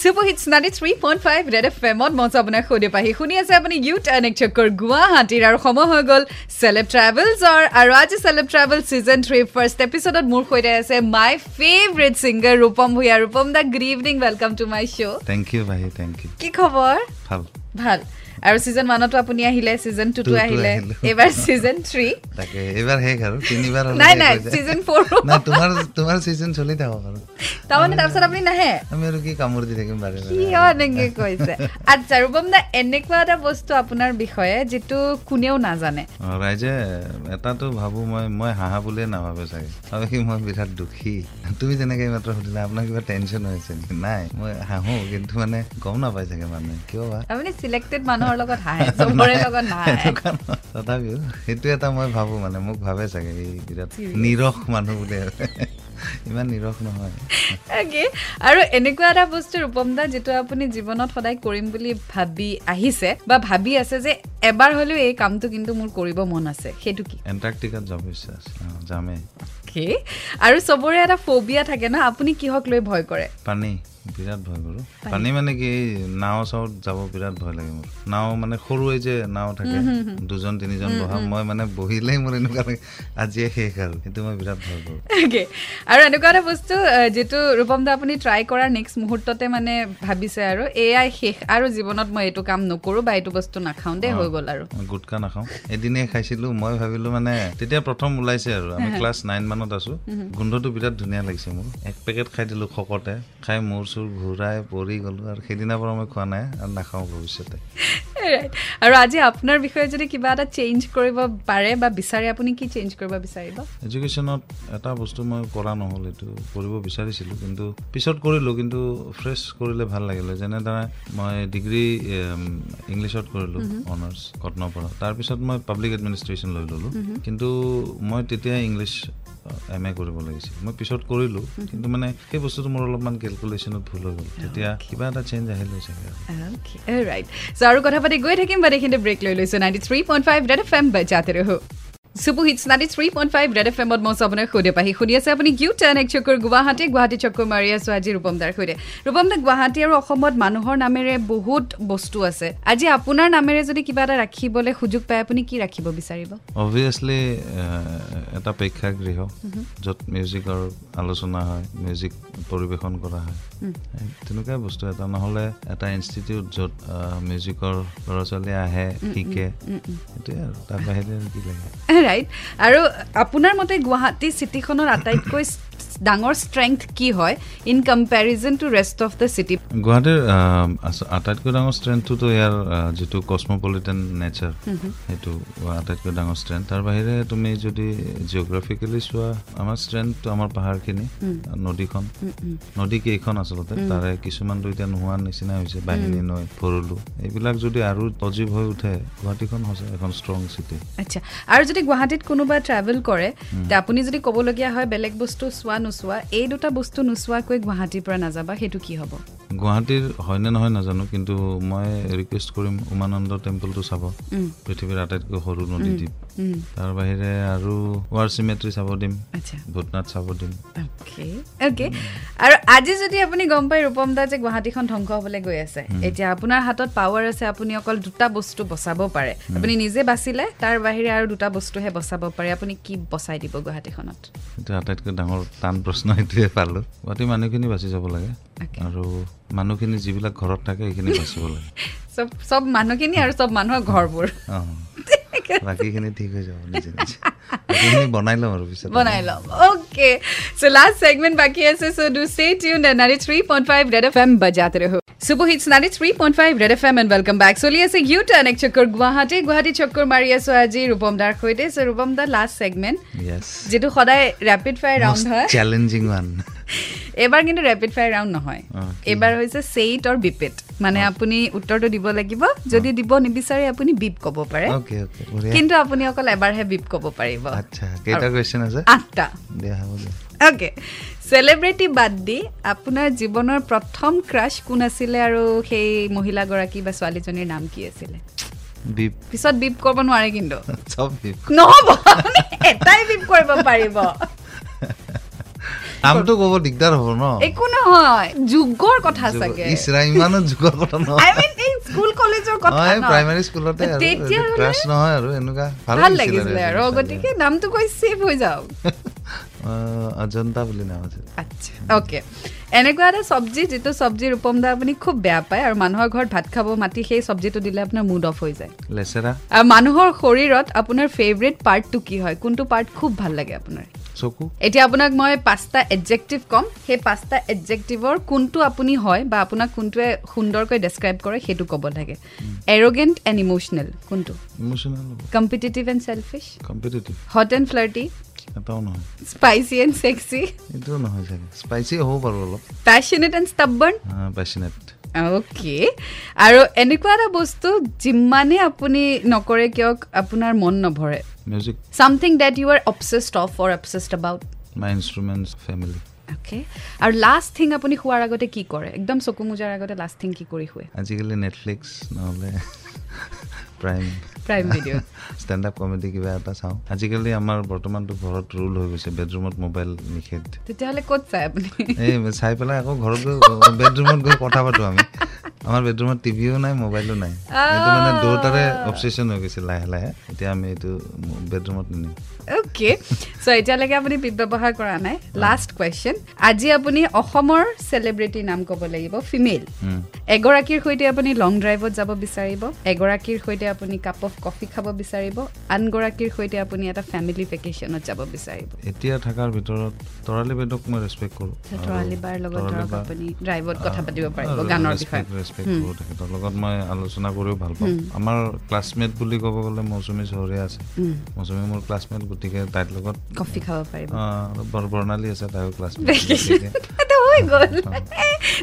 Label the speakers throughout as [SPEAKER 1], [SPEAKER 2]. [SPEAKER 1] Super hits ninety three point five red F এমত মঞ্চ আপোনাক শুনি পাহি শুনি আছে আপুনি ইউ টাৰ্ণ এক চক্কৰ গুৱাহাটীৰ আৰু সময় হৈ গ'ল চেলেব ট্ৰেভেলছৰ আৰু আজি celeb travel season three first এপিছ'ডত মোৰ সৈতে আছে my favourite singer Rupam Bhuyan Rupam দা good evening welcome to my show'
[SPEAKER 2] thank you ভাই থেংক ইউ
[SPEAKER 1] কি খবৰ
[SPEAKER 2] ভাল
[SPEAKER 1] ভাল আৰু ছিজন ওৱানতো আপুনি আহিলে ছিজন টুতো
[SPEAKER 2] Twoতো
[SPEAKER 1] আহিলে
[SPEAKER 2] আহিলো।
[SPEAKER 1] এইবাৰ ছিজন থ্ৰী
[SPEAKER 2] তাকে এইবাৰ শেষ আৰু তিনিবাৰ হ'ল
[SPEAKER 1] নাই
[SPEAKER 2] শেষ
[SPEAKER 1] নাই
[SPEAKER 2] হৈ যায়।
[SPEAKER 1] ছিজন ফ'ৰো
[SPEAKER 2] নাই তোমাৰ তোমাৰ ছিজন চলি থাকক আৰু
[SPEAKER 1] তাৰমানে তাৰপিছত আপুনি নাহে
[SPEAKER 2] আমি আৰু কি কামোৰ দি থাকিম বাৰে বাৰে
[SPEAKER 1] কিয় এনেকে কৈছে আচ্ছা ৰূপম দা এনেকুৱা এটা বস্তু আপোনাৰ বিষয়ে যিটো কোনেও নাজানে
[SPEAKER 2] অ, ৰাইজে এটাতো ভাবোঁ মই মই হাঁহা বুলিয়ে নাভাবে চাগে ভাবে কি মই বিৰাট দুখী তুমি যেনেকৈ এইমাত্ৰ সুধিলা আপোনাৰ কিবা টেনশ্যন হৈছে নেকি নাই মই হাঁহো কিন্তু মানে গম নাপাই চাগে মানুহে কিয় বা
[SPEAKER 1] আপুনি চিলেক্টেড মানুহৰ লগত হাঁহে চবৰে লগত নাহে
[SPEAKER 2] এনেকুৱা নহয়। তথাপিও সেইটো এটা মই ভাবোঁ মানে মোক ভাবে চাগে এই বিৰাট
[SPEAKER 1] Serious?
[SPEAKER 2] নিৰস মানুহ বুলি আৰু ইমান নিৰস নহয়
[SPEAKER 1] Okay, আৰু এনেকুৱা এটা বস্তু ৰূপম দা যিটো আপুনি জীৱনত সদায় কৰিম বুলি ভাবি আহিছে বা ভাবি আছে যে এবাৰ হ'লেও এই কামটো কিন্তু মোৰ কৰিব মন আছে সেইটো কি
[SPEAKER 2] এণ্টাৰ্কটিকাত যাব ইচ্ছা আছে অ, যামেই
[SPEAKER 1] Okay, আৰু চবৰে এটা ফবিয়া থাকে ন আপুনি কিহক লৈ ভয় কৰে
[SPEAKER 2] পানী বিৰাট ভয় কৰোঁ পানী মানে কি এই নাও চাওত যাব বিৰাট ভয় লাগে মোৰ নাও মানে সৰু এই যে নাও থাকে দুজন তিনিজন বহা মই মানে বহিলেই মোৰ এনেকুৱা লাগে আজিয়ে শেষ আৰু সেইটো মই বিৰাট ভয় কৰোঁ
[SPEAKER 1] Okay, আৰু এনেকুৱা এটা বস্তু আহ, যিটো ৰূপম দা আপুনি ট্ৰাই কৰাৰ নেক্সট মুহূৰ্ততে মানে ভাবিছে আৰু এয়াই শেষ আৰু জীৱনত মই এইটো কাম নকৰোঁ বা এইটো বস্তু নাখাওঁ দেই হৈ গ'ল আৰু
[SPEAKER 2] মই গুটখা নাখাওঁ এদিনেই খাইছিলোঁ মই ভাবিলোঁ মানে তেতিয়া প্ৰথম ওলাইছে আৰু আমি ক্লাছ নাইন মানত আছোঁ গোন্ধটো বিৰাট ধুনীয়া লাগিছে মোৰ এক পেকেট খাই দিলোঁ শকতে খাই মূৰ চূৰ ঘূৰাই পৰি গ'লোঁ আৰু সেইদিনাৰ পৰা মই খোৱা নাই আৰু নাখাওঁ ভৱিষ্যতে
[SPEAKER 1] Alright, আৰু আজি আপোনাৰ বিষয়ে যদি কিবা এটা চেঞ্জ কৰিব পাৰে বা বিচাৰে আপুনি কি চেঞ্জ কৰিব বিচাৰিব
[SPEAKER 2] এডুকেশ্যনত এটা বস্তু মই কৰা নহ'ল এইটো কৰিব বিচাৰিছিলোঁ কিন্তু পিছত কৰিলোঁ কিন্তু ফ্ৰেছ কৰিলে ভাল লাগিলে যেনেদৰে মই ডিগ্ৰী এম, ইংলিছত কৰিলোঁ অনাৰ্ছ কটনৰ পৰা তাৰপিছত মই পাব্লিক এডমিনিষ্ট্ৰেশ্যন লৈ ল'লোঁ কিন্তু মই তেতিয়া ইংলিছ এম এ কৰিব লাগিছিল মই পিছত কৰিলোঁ কিন্তু মানে সেই বস্তুটো মোৰ অলপমান কেলকুলেশ্যনত ভুল হৈ গ'ল তেতিয়া কিবা এটা চেঞ্জ আহিলে চাগে আৰু।
[SPEAKER 1] Okay, alright. So, আৰু কথা পাতি গৈ থাকিম বাট এইখিনিতে ব্ৰেক লৈ লৈছোঁ ninety three point five red F M বাজাতে ৰহো চুপু hits ninety three point five red F এমত মই আপোনাৰ সৈতে পাহি শুনি আছে আপুনি কিউ টেন এক চকুৰ গুৱাহাটী গুৱাহাটী চকুৰ মাৰি আছোঁ আজি ৰূপম দাৰ সৈতে ৰূপম দা গুৱাহাটী আৰু অসমত মানুহৰ নামেৰে বহুত বস্তু আছে আজি আপোনাৰ নামেৰে যদি কিবা এটা ৰাখিবলৈ সুযোগ পায় আপুনি কি ৰাখিব বিচাৰিব
[SPEAKER 2] অবভিয়াছলি এটা প্ৰেক্ষাগৃহ য'ত মিউজিকৰ আলোচনা হয় মিউজিক পৰিৱেশন কৰা হয়
[SPEAKER 1] Hmm.
[SPEAKER 2] এই তেনেকুৱা বস্তু এটা নহ'লে এটা ইনষ্টিটিউট য'ত আহ, মিউজিকৰ ল'ৰা ছোৱালী আহে শিকে সেইটোৱে আৰু তাৰ বাহিৰে আৰু কি লাগে
[SPEAKER 1] ৰাইট আৰু আপোনাৰ মতে গুৱাহাটী চিটিখনৰ আটাইতকৈ ডাঙৰ ষ্ট্ৰেংথ কি হয় in comparison to rest of the city
[SPEAKER 2] গুৱাহাটীৰ আহ, আচ- আটাইতকৈ ডাঙৰ ষ্ট্ৰেংথটোতো ইয়াৰ আহ, যিটো কছমপলিটান নেচাৰ
[SPEAKER 1] Hmm,
[SPEAKER 2] সেইটো আটাইতকৈ ডাঙৰ ষ্ট্ৰেংথ তাৰ বাহিৰে তুমি যদি জিঅ'গ্ৰাফিকেলি চোৱা আমাৰ ষ্ট্ৰেংথটো আমাৰ পাহাৰখিনি নদীখন নদী কেইখন আচলতে তাৰে কিছুমানটো এতিয়া নোহোৱা নিচিনা হৈছে বাহিনী নৈ ভৰলু এইবিলাক যদি আৰু সজীৱ হৈ উঠে গুৱাহাটীখন সঁচা এখন ষ্ট্ৰং চিটি
[SPEAKER 1] আচ্ছা আৰু যদি গুৱাহাটীত কোনোবা ট্ৰেভেল কৰে তে আপুনি যদি ক'বলগীয়া হয় বেলেগ বস্তু চোৱা নোচোৱা এই দুটা বস্তু নোচোৱাকৈ গুৱাহাটীৰ পৰা নাযাবা সেইটো কি হ'ব
[SPEAKER 2] গুৱাহাটীৰ হয়নে নহয় নাজানো কিন্তু মই ৰিকুৱেষ্ট কৰিম উমানন্দ টেম্পলটো চাব পৃথিৱীৰ আটাইতকৈ সৰু নদীদ্বীপ তাৰ বাহিৰে আৰু ৱাৰ চিমেট্ৰি চাব দিম
[SPEAKER 1] আচ্ছা
[SPEAKER 2] ভূটনাথ চাব দিম
[SPEAKER 1] অ'কে অ'কে আৰু আজি যদি আপুনি গম পায় ৰূপম দা যে গুৱাহাটীখন ধ্বংস হ'বলৈ গৈ আছে এতিয়া আপোনাৰ হাতত পাৱাৰ আছে আপুনি অকল দুটা বস্তু বচাব পাৰে আপুনি নিজে বাচিলে তাৰ বাহিৰে আৰু দুটা বস্তুহে বচাব পাৰে আপুনি কি বচাই দিব গুৱাহাটীখনত
[SPEAKER 2] সেইটো আটাইতকৈ ডাঙৰ টান প্ৰশ্ন এইটোৱে পালোঁ গুৱাহাটী মানুহখিনি বাচি যাব লাগে
[SPEAKER 1] Okay.
[SPEAKER 2] আৰু মানুহখিনি যিবিলাক ঘৰত থাকে সেইখিনি বাচিব লাগে
[SPEAKER 1] চব চব মানুহখিনি আৰু চব মানুহৰ ঘৰবোৰ
[SPEAKER 2] অঁ বাকীখিনি ঠিক হৈ যাব নিজে নিজে বাকীখিনি বনাই ল'ম আৰু পিছত
[SPEAKER 1] বনাই ল'ম অ'কে চ' লাষ্ট চেগমেণ্ট বাকী আছে so' do stay tune ninety three point five red F M বজাতে ৰহো চুপু hits ninety three point five red F M and welcome back চলি আছে ইউ টাৰ্ণ এক চক্কৰ গুৱাহাটী গুৱাহাটী চক্কৰ মাৰি আছোঁ আজি ৰূপম দাৰ সৈতে চ' ৰূপম দাৰ লাষ্ট চেগমেণ্ট
[SPEAKER 2] য়েছ
[SPEAKER 1] যিটো সদায় ৰেপিড ফায়াৰ ৰাউণ্ড হয়
[SPEAKER 2] চেলেঞ্জিং ওৱান
[SPEAKER 1] এইবাৰ কিন্তু ৰেপিড ফায়াৰ ৰাউণ্ড নহয়
[SPEAKER 2] অ,
[SPEAKER 1] এইবাৰ হৈছে চেইট অৰ বিপেট মানে আপুনি উত্তৰটো দিব লাগিব যদি দিব নিবিচাৰে আপুনি বিপ ক'ব পাৰে
[SPEAKER 2] অ'কে অ'কে বঢ়িয়া
[SPEAKER 1] কিন্তু আপুনি অকল এবাৰহে বিপ ক'ব পাৰিব
[SPEAKER 2] আচ্ছা কেইটা কুৱেশ্যন আছে
[SPEAKER 1] আঠটা
[SPEAKER 2] দিয়া হ'ব দিয়া
[SPEAKER 1] অ'কে চেলিব্ৰিটি বাদ দি আপোনাৰ জীৱনৰ প্ৰথম ক্ৰাছ কোন আছিলে আৰু সেই মহিলাগৰাকী বা ছোৱালীজনীৰ নাম কি আছিলে
[SPEAKER 2] বিপ
[SPEAKER 1] পিছত বিপ কৰিব নোৱাৰে কিন্তু
[SPEAKER 2] চব বিপ
[SPEAKER 1] নহ'ব আপুনি এটাই বিপ কৰিব পাৰিব
[SPEAKER 2] নামটো ক'ব দিগদাৰ হ'ব ন
[SPEAKER 1] একো নহয় যুগৰ কথা
[SPEAKER 2] যুগ-
[SPEAKER 1] চাগে
[SPEAKER 2] ইচ ৰা, ইমানো যুগৰ কথা
[SPEAKER 1] আই
[SPEAKER 2] নহয়
[SPEAKER 1] মিন এই স্কুল কলেজৰ কথা ন?
[SPEAKER 2] প্ৰাইমাৰী স্কুলতে আৰু
[SPEAKER 1] তেতিয়াহ'লে
[SPEAKER 2] ক্লাছ নহয় আৰু এনেকুৱা
[SPEAKER 1] ভাল লাগিছিলে আৰু গতিকে নামটো কৈ ছেভ হৈ যাওক
[SPEAKER 2] আহ, অজন্তা বুলি নাম আছিল
[SPEAKER 1] আচ্ছা অ'কে এনেকুৱা এটা চব্জি যিটো চব্জি ৰূপম দা আপুনি খুব বেয়া পায় আৰু মানুহৰ ঘৰত ভাত খাব মাতি সেই চব্জিটো দিলে আপোনাৰ মুড অফ হৈ যায়
[SPEAKER 2] লেচেৰা
[SPEAKER 1] আৰু মানুহৰ শৰীৰত আপোনাৰ ফেভৰেট পাৰ্টটো কি হয় কোনটো পাৰ্ট খুব ভাল লাগে আপোনাৰ
[SPEAKER 2] চকু
[SPEAKER 1] এতিয়া আপোনাক মই পাঁচটা এডজেক্টিভ ক'ম সেই পাঁচটা এডজেক্টিভৰ কোনটো আপুনি হয় বা আপোনাক কোনটোৱে সুন্দৰকৈ ডেছক্ৰাইব কৰে সেইটো ক'ব লাগে এৰগেণ্ট এণ্ড ইম'শ্যনেল কোনটো
[SPEAKER 2] ইম'শ্যনেল হ'ব
[SPEAKER 1] competitive and selfish
[SPEAKER 2] competitive
[SPEAKER 1] hot and flirty
[SPEAKER 2] এটাও নহয়
[SPEAKER 1] স্পাইচি এণ্ড চেক্সি
[SPEAKER 2] এইটোও নহয় চাগে স্পাইচি হ'ব পাৰোঁ অলপ
[SPEAKER 1] passionate and stubborn
[SPEAKER 2] passionate
[SPEAKER 1] okay আৰু এনেকুৱা এটা বস্তু যিমানে আপুনি নকৰে কিয় আপোনাৰ মন নভৰে
[SPEAKER 2] music
[SPEAKER 1] something that you are obsessed of or obsessed about
[SPEAKER 2] my instruments family
[SPEAKER 1] okay আৰু লাষ্ট থিং আপুনি শোৱাৰ আগতে কি কৰে একদম চকু মোজাৰ আগতে লাষ্ট থিং কি কৰি শুৱে
[SPEAKER 2] আজিকালি নেটফ্লিক্স নহ'লে Prime
[SPEAKER 1] Prime Video'
[SPEAKER 2] stand up comedy কিবা এটা চাওঁ আজিকালি আমাৰ বৰ্তমানতো ঘৰত ৰুল হৈ গৈছে বেডৰুমত মোবাইল নিষেধ
[SPEAKER 1] তেতিয়াহ'লে ক'ত চাই আপুনি
[SPEAKER 2] এই চাই পেলাই আকৌ ঘৰত গৈ বেডৰুমত গৈ কথা পাতোঁ আমি আমাৰ বেডৰুমত টিভিও নাই মোবাইলো নাই এইটো মানে দুয়োটাৰে অবচেশ্যন হৈ গৈছে লাহে লাহে এতিয়া আমি এইটো বেডৰুমত নিনিওঁ
[SPEAKER 1] অ'কে চ' এতিয়ালৈকে আপুনি পিপ ব্যৱহাৰ কৰা নাই লাষ্ট কুৱেশ্যন আজি আপুনি অসমৰ চেলিব্ৰিটিৰ নাম ক'ব লাগিব ফিমেল
[SPEAKER 2] উম।
[SPEAKER 1] এগৰাকীৰ সৈতে আপুনি লং ড্ৰাইভত যাব বিচাৰিব এগৰাকীৰ সৈতে আপুনি কাপ অফ কফি খাব বিচাৰিব আনগৰাকীৰ সৈতে আপুনি এটা ফেমিলি ভেকেশ্যনত যাব বিচাৰিব
[SPEAKER 2] এতিয়া থকাৰ ভিতৰত তৰালি বেদক মই ৰেচপেক্ট কৰোঁ আৰু
[SPEAKER 1] তৰালি বাৰ লগত
[SPEAKER 2] তৰালি
[SPEAKER 1] ধৰক
[SPEAKER 2] বা-
[SPEAKER 1] আপুনি ড্ৰাইভত কথা পাতিব পাৰিব
[SPEAKER 2] আৰু
[SPEAKER 1] গানৰ বিষয়ে
[SPEAKER 2] respect- respect কৰোঁ তেখেতৰ লগত মই আলোচনা কৰিও ভাল পাওঁ আমাৰ ক্লাছমেট বুলি ক'ব গ'লে মৌচুমী চহৰীয়া আছে মৌচুমী মোৰ ক্লাছমেট গতিকে তাইৰ লগত
[SPEAKER 1] কফি খাব পাৰিব
[SPEAKER 2] আহ, বৰ- বৰ্ণালী আছে তাইৰ ক্লাছমেট
[SPEAKER 1] এটা হৈ গ'ল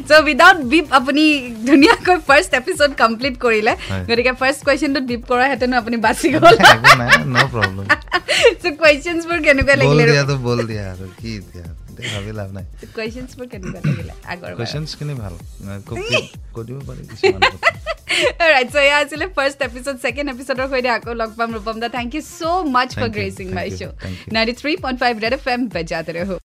[SPEAKER 1] চ' উইদাউট বিপ আপুনি ধুনীয়াকৈ ফাৰ্ষ্ট এপিছ'ড কমপ্লিট কৰিলে
[SPEAKER 2] হয়।
[SPEAKER 1] গতিকে ফাৰ্ষ্ট কুৱেশ্যনটোত বিপ কৰা হেঁতেনো আপুনি বাচি গ'ল
[SPEAKER 2] একো নাই ন' প্ৰব্লেম
[SPEAKER 1] চ' কুৱেশ্যনছবোৰ কেনেকুৱা
[SPEAKER 2] বল
[SPEAKER 1] লাগিলে
[SPEAKER 2] দিয়াতো বল দিয়া আৰু কি দিয়া এতিয়া ভাবি লাভ নাই
[SPEAKER 1] কুৱেশ্যনছবোৰ কেনেকুৱা লাগিলে আগৰ
[SPEAKER 2] কুৱেশ্যনছখিনি ভাল খুব কৈ দিব পাৰি কিছুমান কথা।
[SPEAKER 1] ৰাইট চ' এয়া আছিলে ফাৰ্ষ্ট এপিছ'ড ছেকেণ্ড এপিছ'ডৰ সৈতে আকৌ লগ পাম ৰূপম দা thank you so' much for
[SPEAKER 2] Thank you,
[SPEAKER 1] gracing
[SPEAKER 2] thank
[SPEAKER 1] my
[SPEAKER 2] you,
[SPEAKER 1] show'
[SPEAKER 2] thank you.
[SPEAKER 1] Ninety three point five red F M বজাতে ৰহো